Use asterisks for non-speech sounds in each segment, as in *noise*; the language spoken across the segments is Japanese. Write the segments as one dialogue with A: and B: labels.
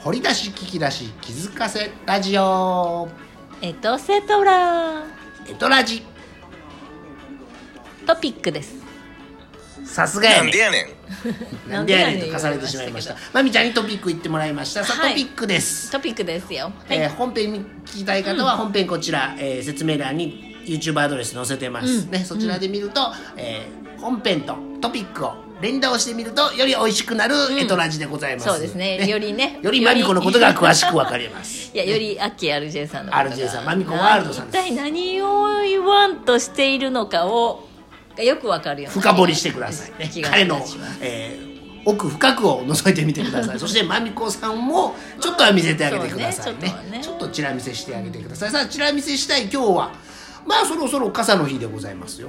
A: 掘り出し聞き出し気づかせラジオ
B: エトセトラ
A: エトラジ
B: トピックです
A: さすがやね
C: やねん
A: なんでやねんと重ねてしまいましたまみちゃんにトピック言ってもらいましたさあ、
B: はい
A: トピックです、
B: トピックですよはい、
A: えー本編に聞きたい方は本編こちら、えー説明欄に YouTube アドレス載せてます、
B: うん
A: ねそちらで見ると、えー本編とトピックを連動してみるとより美味しくなるエトラジでございます、
B: そうですねよりね
A: よりマミコのことが詳しくわかります
B: いやよりアッキー RJ さんのことが
A: RJ さんマミコワールドさん
B: 一
A: です
B: 体何を言わんとしているのかをがよくわかるような
A: 深掘りしてください、ね
B: 気、が
A: 彼の
B: します、
A: えー奥深くを覗いてみてください
B: *laughs*
A: そしてまみこさんもちょっとは見せてあげてくださいね,、
B: そうね
A: ち
B: ち
A: ょ
B: ょ
A: っ
B: っ
A: とちら見せしてあげてくださいさあちら見せしたい今日はまあそろそろ傘の日でございますよ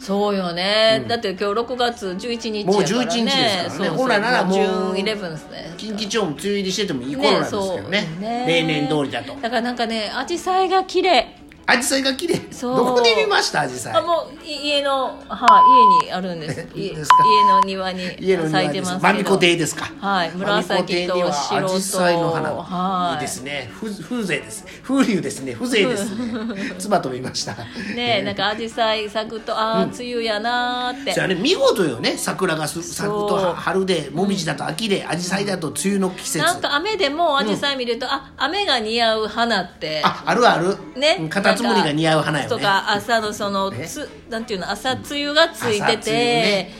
B: そうよね、だって今日6月11日やから、ね、
A: もう11日ですからね本来ならもう
B: 11ですね
A: 近畿地方も梅雨入りしててもいい頃なんですけどね例年通りだと
B: だからなんかね紫陽花が綺麗
A: アジサイが綺麗
B: そう
A: どこで見ましたアジサ
B: あ
A: イ
B: もうい家のはい家にあるんです
A: え *laughs*
B: い
A: いい
B: 家
A: ですか
B: の庭に
A: 家の庭
B: 咲いて
A: です
B: ます
A: ま
B: け
A: み
B: ど
A: こ亭ですか
B: はい紫と
A: まみこ亭に
B: 白
A: は
B: と
A: アジサイの花
B: はい
A: いいですねふ風情です風流ですね風情ですね妻と見ました
B: *laughs* ねえなんか紫陽花咲くとああ、
A: うん
B: 梅雨やなーって
A: じゃあね見事よね桜がす咲くと
B: そう
A: は春でもみじだと秋で紫陽花だと梅雨の季節
B: なんか雨でも紫陽花見ると、あ雨が似合う花って
A: ああるあるうん
B: ね
A: カタツムリが似合う花よね
B: とか朝のその
A: ね
B: つなんていうの朝梅雨がつ
A: 朝
B: い
A: 梅
B: て
A: 雨
B: て、
A: ね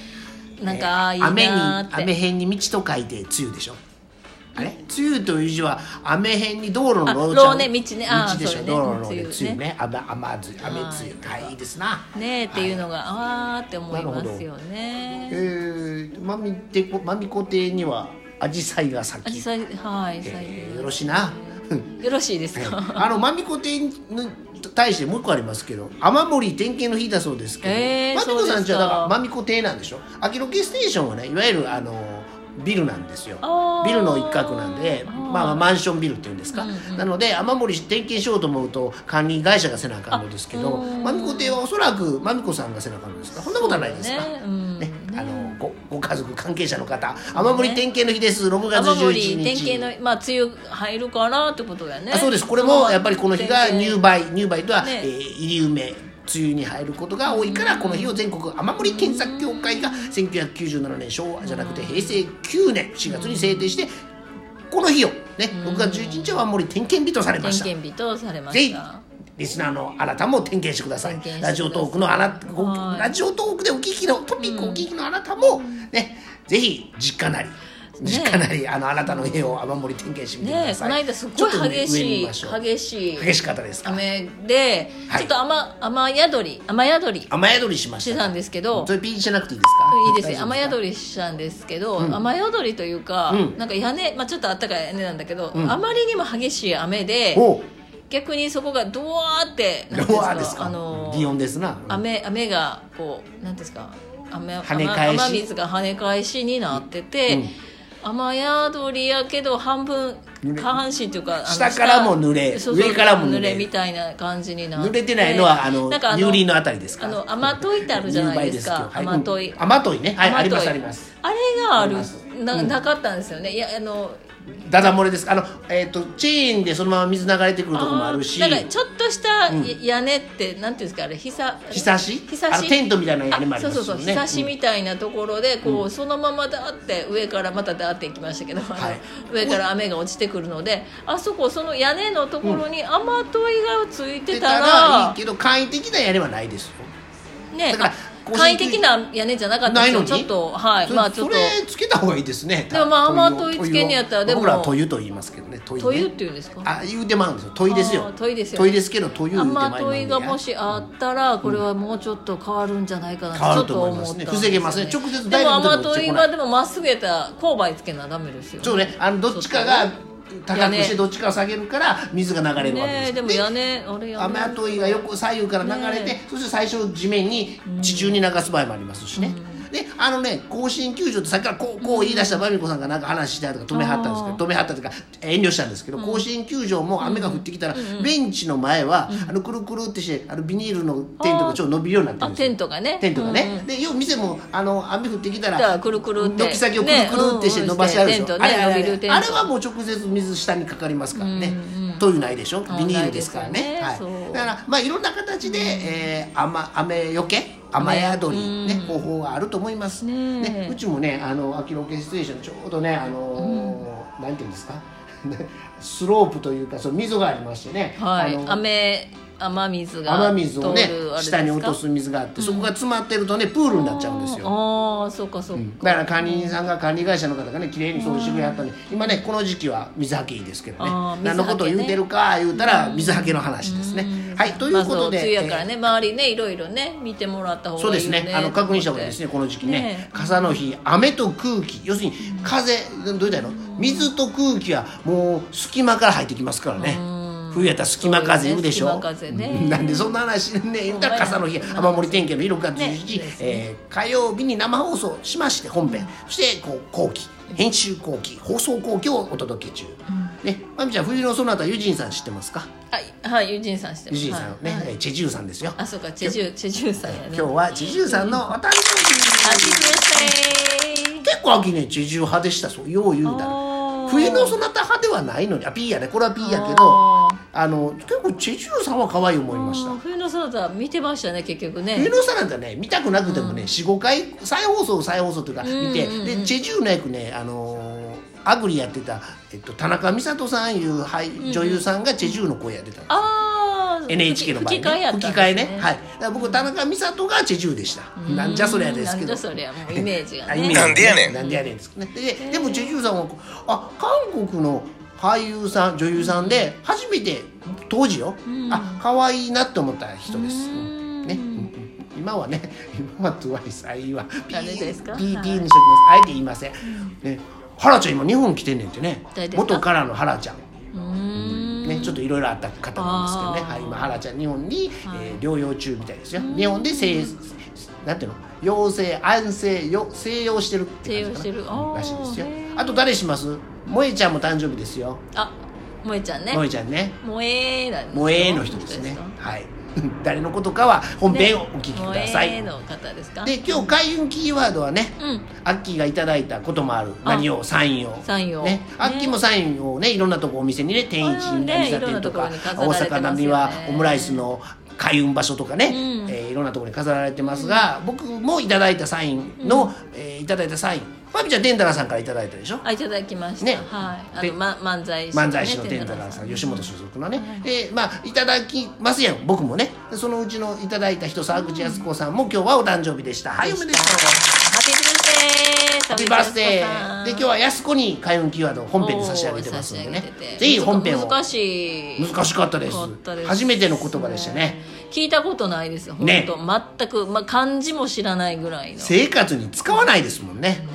B: なんかああいい
A: 雨に
B: なーって
A: 雨辺に道と書いて梅雨でしょあれ梅雨という字は雨辺に道路の路
B: あ路ね道ねあー
A: でしょ、
B: そうね
A: 道路の路で梅
B: 梅雨ね
A: 雨ね雨雨雨雨雨
B: は
A: 梅雨はいいいですな
B: ねえっていうのが、ああって思いますよ
A: え
B: ね
A: ー、まみてこまみこ亭には紫陽花が咲
B: あ
A: き、
B: 実際はい、
A: え
B: え
A: ーよろしいな
B: *laughs* よろしいですか
A: あのまみこ亭に対してもう一個ありますけど雨漏り点検の日だそうですけど、
B: えー
A: まみこさんちはだから
B: そうですか
A: まみこ亭なんでしょ秋ロケステーションはねいわゆるあのビルなんですよ
B: あー
A: ビルの一角なんでまあ、マンションビルっていうんですか、なので雨漏り点検しようと思うと管理会社がせなあかんのですけど
B: あうん
A: まみこ亭はおそらくまみこさんがせなあかんのですか *laughs* そんなことはないですか、
B: ねうん
A: ね
B: ね、
A: あのごご家族関係者の方雨漏り点検の日です6月
B: 雨
A: 11
B: 漏
A: 日
B: り典型のまあ梅雨入るかなってことだよね
A: あそうですこれもやっぱりこの日が
B: 典
A: 入
B: 型
A: 梅入梅とは、
B: ね
A: えー入り梅梅雨に入ることが多いからこの日を全国雨漏り検索協会が1997年昭和じゃなくて平成9年4月に制定してこの日をね6月11日は雨漏り点検日とされました
B: 点検日とされま
A: ぜ
B: し
A: ひ
B: た
A: リスナーのあなたも点検してください
B: 点検してください
A: ラジオトークのあなたご
B: はい
A: ラジオトークでお聞きのトピックお聞きのあなたも、ねぜひ実家なり
B: ね
A: 実家なり、あのあなたの家を雨漏り点検してみてく
B: ね
A: だ
B: えこ
A: さい、
B: の間すっごい
A: ちょっとね
B: 激
A: 上
B: し
A: 見
B: い、
A: ましょう
B: 激しい
A: 激しかったですか
B: 雨で、
A: はい
B: ちょっと雨雨宿り雨宿り
A: 雨宿りしまし
B: したてたんですけど
A: それピンしなくていいです
B: いい
A: か
B: ですよ雨宿
A: り
B: りしたんですけど、雨宿りというか、
A: うん
B: なんか屋根、まあ、ちょっとあったかい屋根なんだけど、
A: うん
B: あまりにも激しい雨で
A: おう
B: 逆にそこがドワーってなんていうん
A: ドワーですか
B: あの
A: 擬音ですな
B: 雨雨がこうなんていうんですか雨
A: 跳ね返し
B: 雨雨水が跳ね返しになってて、雨宿りやけど半分
A: 濡れ
B: 下半身というかあの
A: 下からも濡れ
B: そうそう
A: 上からも濡れ
B: 濡れみたいな感じになって
A: 濡れてないのはあの
B: なんかあ
A: 乳輪のあたりですか
B: あの雨といってあるじゃないですか
A: 入梅
B: 雨
A: です
B: と
A: よは
B: い、
A: いうん雨といねはいあ
B: 雨
A: り
B: と
A: ますあります
B: あれがあ
A: あり
B: る
A: ます
B: ななかったんですよねいやあの
A: ダダ漏れですあの、えー、とチェーンでそのまま水流れてくるとこもあるし
B: なんかちょっとした屋根って、なんていうんですかあれひさ
A: ひさし
B: ひさ
A: あの
B: し
A: テントみたいな屋根もありますよね
B: そうそうそうひさしみたいなところでこう、そのままだって上からまただって行きましたけど、あの
A: はい
B: 上から雨が落ちてくるのであそこその屋根のところに雨どいがついてた
A: いい
B: ら
A: けど簡易的な屋根はないですよ
B: ね
A: だからこう
B: 簡易的な屋根じゃなかったん
A: な
B: で
A: い
B: す
A: の
B: よ
A: に
B: ちょっとはい
A: それ
B: まあちょっと
A: それつけた方がいいですね
B: でもまあ
A: た
B: 雨どいつけんのやったらでも
A: 僕らは「とゆ」と言いますけどね「とゆ、ね」
B: というっていうんですか
A: あ言うてもあるんですよ「問い」です
B: あ
A: よ
B: ー問いですよ
A: 問いですけど「とゆ」言うてもあるん
B: 雨
A: で
B: どいがもしあったらこれはもうちょっと変わるんじゃないかな
A: 変わる
B: ち
A: と
B: ょっ
A: 思いますね
B: 思った
A: 防げますね直接ダ
B: で
A: イレ
B: も
A: クトに
B: 雨
A: 落ち
B: ど
A: て
B: い
A: こない
B: はでもまっすぐやったら勾配つけなダメですよ
A: そうねあのどっちかが高くしてどっちかを下げるから水が流れるわけです
B: ね
A: よ
B: えでも屋根あれ屋
A: 雨
B: 根
A: 跡が横左右から流れて、
B: ね
A: そして最初地面に地中に流す場合もありますしね、でであのね甲子園球場ってさっきからこうこう言い出したまみこさんがなんか話したりとか止めはったんですけ
B: あ
A: ど止めはったというか遠慮したんですけど、甲子園球場も雨が降ってきたら、ベンチの前は、あのくるくるってしてあのビニールのテントがちょっと伸びるようになってる
B: あ
A: んですよ
B: テントがね
A: テントがね、
B: うんうん
A: でよう店もあの雨降ってきた
B: だから
A: ら
B: くるくるって
A: 軒先をくるくるってして
B: ね
A: 伸ばしてあるでし
B: うんう
A: ょ、
B: んしてテントね
A: あれあれ
B: 伸びるテント
A: あれはもう直接水下にかかりますからね、
B: うんうん
A: というないでしょ
B: あ
A: ビニールですからね
B: ないですよね
A: は
B: そ
A: いうだからまあいろんな形で、えー、雨雨よけ雨宿り、ね
B: う
A: 方
B: ん
A: 法があると思います、
B: ねえ
A: うちもねあの秋ロケステーションちょうどねあのーなんていうんですか *laughs* スロープというかその溝がありましてね、
B: はい
A: あの
B: 雨雨水が
A: 雨水をね
B: 通るあれですか
A: 下に落とす水があって、そこが詰まってるとねプールになっちゃうんですよ
B: ああそうかそうか、
A: だから管理人さんが管理会社の方がね綺麗に掃除してくれはったんで今ねこの時期は水はけいいですけどね
B: あー
A: 何のことを言うてるか言うたら水はけの話ですねはいということで、
B: まあ、そう梅雨やからね、周りねいろいろね見てもらった方がいい
A: そう
B: よね
A: ですね。あの確認した方がいいですね。この時期ね。
B: ね
A: 傘の日、雨と空気、要するに風、どう言ったらいいの？水と空気はもう隙間から入ってきますからね。冬やったら隙間風言うでしょ。
B: そうですね隙間風ね
A: うんなんでそんな話ねんねん言ったら傘の日、雨漏り天気の6月11日、
B: ね
A: えー火曜日に生放送しまして本編、そしてこう後期、編集後期、放送後期をお届け中。ね、まみちゃん冬のそのあたユジンさん知ってますか？
B: はいはいユジンさんして
A: ユ
B: ます
A: ジンさんね、
B: はいはい
A: チェジュさんですよ。
B: あそうかチェジュチェジュさんやね
A: 今日はチェジュさんのお誕生
B: あチ
A: 日。
B: ェジュさ
A: 結構秋ね地中派でしたそうよう言うたら
B: ん
A: 冬のそ
B: の
A: なた派ではないのにあ P やねこれは P やけどあの結構チェジュさんは可愛い思いました
B: 冬のそなた見てましたね結局
A: 冬
B: ね
A: のさなんてね見たくなくてもね45回再放送再放送というか見て
B: うんうんうん
A: でチェジュの役ねあのーアグリやってた、えっと、田中美里さんいう俳女優さんがチェジュの声やってたの
B: ああ
A: NHK の場合、ね、
B: 吹き替えやったんです
A: 吹き替えねはいだから僕田中美里がチェジュでしたなんじゃそりゃですけど
B: なんじゃそりゃもうイメージが
A: *laughs* あ
B: ね
A: イメージ
C: なんでやねん
A: なんでやねんですねででもチェ・ジュさんはこうあ韓国の俳優さん女優さんで初めて当時よ、あ可愛いなって思った人です、
B: うん
A: ね、うんうん今はね今は TWICE あいいわピ
B: ダメですか
A: ーピー
B: はい
A: ピーにしときますあえて言いません、ねハラちゃん今日本来てんねんってね
B: 誰ですか
A: 元からのハラちゃん
B: うーん
A: ね、ちょっといろいろあった方なんですけどね、
B: あー
A: はい、今ハラちゃん日本に、
B: はい
A: えー療養中みたいですよ日本で西なんていうの陽性安静よ静養してるって感じ
B: 静養してる
A: か
B: あ
A: な
B: ー
A: らしいですよ
B: へー
A: あと誰します萌えちゃんも誕生日ですよ
B: あ萌えちゃんね
A: 萌えちゃんね
B: 萌えなんですよ
A: 萌えの人ですね
B: そう
A: はい *laughs* 誰のことかは本編をお聞きく
B: 萌
A: ださい、
B: えの方ですか
A: で今日開運キーワードはね、
B: うん
A: アッキーがいただいたこともある
B: あ
A: 何をサインを
B: サインを
A: ね
B: ね
A: アッキーもサインをねいろんなとこお店にね天一
B: あーね
A: 南座店とか
B: いろんなところ
A: 大
B: に飾られてますよね
A: 阪並はオムライスの開運場所とかね、
B: うん
A: えーいろんなところに飾られてますが、僕もいただいたサインの、えーいただいたサインまみちゃんデンダラさんからいただいたでしょ
B: あいただきました、
A: ね
B: はいあ
A: で
B: の、ま、漫才師のね
A: 漫才師の天太郎さん、吉本
B: さ
A: 所属のね、でまあいただきますやん僕もねでそのうちのいただいた人沢口靖子さんも今日はお誕生日でした、はいおめでとう
B: ハ
A: ハ
B: ッ
A: ッピ
B: ピー
A: ー
B: バ
A: バー
B: ース
A: ス
B: デ
A: デ
B: ー
A: ーで今日は安子に開運キーワードを本編で差し上げてますんでねぜひ本編を
B: 難しい
A: 難しかったです
B: 難かったです
A: 初めての言葉でしたね
B: 聞いたことないです本当、
A: ね
B: 全く、まあ、漢字も知らないぐらいのね
A: 生活に使わないですもんね、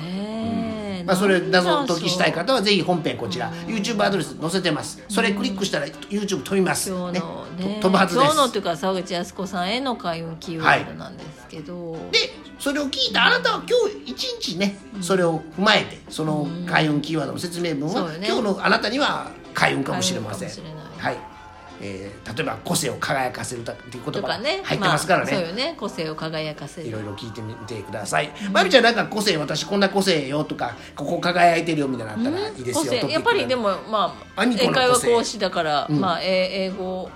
B: え、
A: まあ、それ
B: なんだ
A: 謎解きしたい方はぜひ本編こちら YouTube アドレス載せてますそれクリックしたら YouTube 飛びます、
B: 今日
A: ね
B: のね
A: と飛ぶはずで
B: 今日のと
A: す
B: いうか沢口靖子さんへの開運キーワードなんですけど、
A: でそれを聞いたあなたは今日一日ねそれを踏まえてその開運キーワードの説明文
B: そ
A: は
B: うよね
A: 今日のあなたには開運かもしれません
B: 開運かもしれ
A: は
B: な
A: いえー例えば個性を輝かせるたっていう言
B: と
A: 葉
B: かね
A: 入ってますから
B: ま
A: ね
B: あ、そうよね個性を輝かせ
A: い
B: る
A: ろいろ聞いてみてください。まゆみちゃんなんか個性私こんな個性よとかここ輝いてるよみたいなのあったらいいですよ。
B: 個
A: トピック
B: 性
A: で
B: やっぱりでもまあ
A: アニコ
B: 英
A: の個性
B: 会話講師だから、
A: ん
B: まあえ英語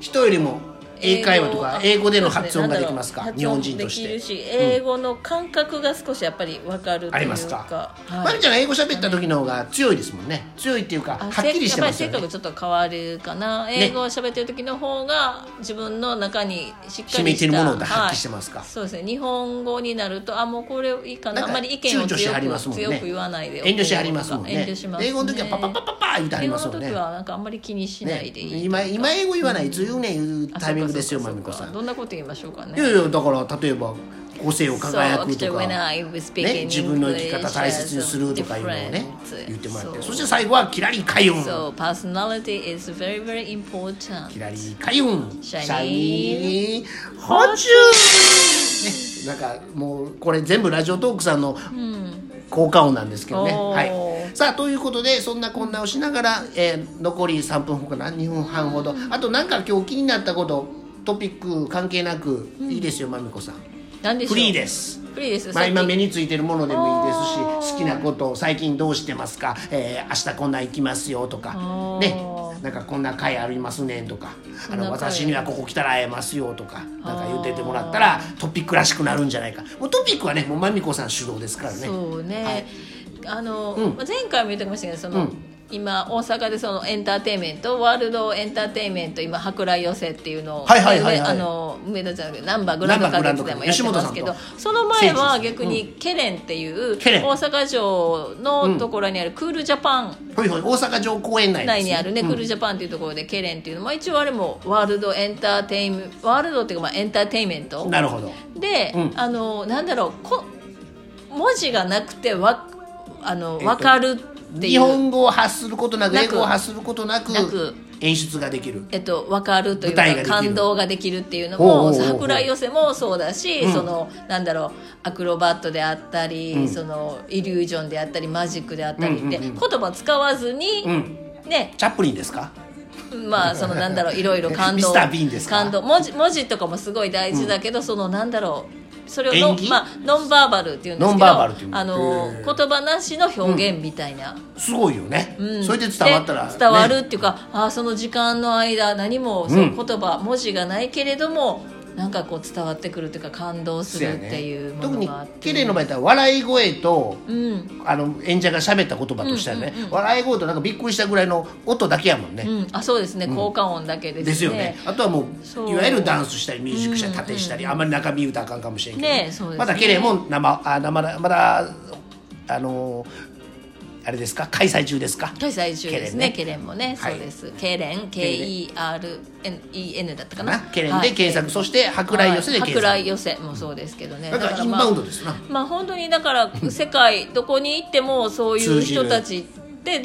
A: 人よりも英会話とか英語での発音ができます
B: あ
A: か
B: そうすね
A: 日本人とし
B: 発音で
A: て。
B: きるし英語の感覚が少しやっぱり分かるというか
A: ありますか。
B: はい
A: まゆみちゃんが英語喋った時の方が強いですもんね。強いっていうか
B: あ
A: はっきりしてますよ
B: せやっぱ
A: ね
B: り。性格ちょっと変わるかな英語を喋ってる時の方が自分の中にしっかりした
A: 染みてるものを発揮してますか
B: はいそうですね日本語になるとあもうこれいいかな
A: なんか
B: あんまり意見を
A: 躊躇し
B: 強
A: は
B: く,、
A: りますもんね
B: 強く言わないで
A: 遠慮しはりますもんね
B: 遠慮しますね
A: 英語の時はパパパパパ言うてはりますもんね
B: 英語の時はなんかあんまり気にしないでいい、
A: ね今今英語言わないいつ言うねん言う
B: あ
A: タイミングですよ
B: そう
A: ま
B: か
A: みこさん
B: そうかそうか。どんなこと言いましょうか
A: いや
B: ね
A: いやだから例えば個性を輝くと
B: So,
A: か、
B: when I was speaking
A: ね、自分の生き方
B: English
A: 大切にするとかいうのをね
B: as a different-
A: 言ってもらって
B: so-
A: そして最後はキラリカユン
B: So personality is very very important.
A: キラリカユン
B: シャイニー
A: ニーホチュー、ね、なんかもうこれ全部ラジオトークさんの効果音なんですけどね、
B: おー
A: はいさあということでそんなこんなをしながら、えー残り3分ほかな2分半ほどあとなんか今日気になったことトピック関係なくいいですよまみこさん
B: 何でしょう。
A: フリーです
B: フリーです。
A: まあ、今
B: さっき
A: 目についてるものでもいい
B: あ
A: ですし好
B: ー
A: きなことを最近どうしてますか、えー明日こんなん行きますよとか
B: あー
A: ねなんかこんな会ありますねんとかあ
B: そん
A: の
B: な会
A: 私にはここ来たら会えますよとかなんか
B: あー
A: 言っててもらったらトピックらしくなるんじゃないかもうトピックはねもうまみこさん主導ですからね
B: そうね、
A: はい
B: あの、
A: うん
B: まあ前回も言ってきましたけどそ
A: う
B: の、
A: ん
B: 今大阪でそのエンターテインメントワールドエンターテインメント今舶来寄せっていうのを、
A: はいはいはいはい
B: であの梅田じゃなくてナンバーグランド花月でもやってますけ
A: ナンバーグランド花月吉
B: ど
A: 本さん
B: その前は
A: 聖地です
B: 逆にケレンっていう、
A: ケレン
B: 大阪城のところにあるクールジャパン
A: ほいほい大阪城公園内です
B: 内にあるね、クールジャパンっていうところでケレンっていうのも一応あれもワールドエンターテインメントワールドっていうかまあエンターテインメント
A: なるほど
B: で、
A: うん
B: あのなんだろうこ文字がなくてわあの、
A: えっと
B: わかるっていう
A: 日本語を発することなく
B: なく
A: 英語を発することなく
B: なく
A: 演出ができる
B: えっと、分かるという
A: 舞台ができ
B: か
A: る
B: 感動ができるっていうの
A: ほうほうほ
B: も
A: うほう
B: 桜井寄せもそうだし、
A: うん
B: そのなんだろうアクロバットであったり、
A: ん
B: そのイリュージョンであったりマジックであったりって、
A: うんうんうん
B: 言葉使わずに、
A: うん
B: ね
A: チャップリンですか
B: まあそのなんだろういろいろ感動
A: ミスタービーンですか
B: 感動文字文字とかもすごい大事だけど、そのなんだろうそれをノ
A: 演技
B: まあ、ノンバーバルっていうんです
A: ノン
B: けど
A: バーバルっていうんだ
B: あの
A: へ
B: 言
A: ー
B: 葉なしの表現みたいな、
A: すごいよね、
B: うん
A: それで伝わったら、
B: で伝わる
A: ね
B: っていうか、ああその時間の間何もその
A: うん
B: 言葉、文字がないけれどもなんかこう伝わってくるっていうか感動するっていうも
A: 特
B: の
A: に
B: があって、
A: 綺麗の場合だったら笑い声と
B: うん
A: あの演者が喋った言葉としたらね、
B: うんうんうん
A: 笑い声となんかびっくりしたぐらいの音だけやもんね、
B: うん、あそうですね効果音だけですね,、
A: ですよねあとはも
B: そうう
A: いわゆるダンスしたりミュージックしたり
B: うんうん
A: 縦したり、あんまり中身歌あかんかもしれんけど、
B: ねえそうですね
A: まだ綺麗も生あ生まだあのあれですか開催中ですか
B: 開催中ですね
A: ケ
B: ケレンもね、
A: はい
B: そうですケレン KEREN だったかな
A: ケレンで検索、そして博覧寄せで
B: はい
A: 検
B: 舶
A: 索、
B: 来寄せもそうですけどね
A: だからイン
B: ま
A: バウン
B: あ
A: ドですな、
B: まあ本当にだから世界どこに行ってもそういう人たちって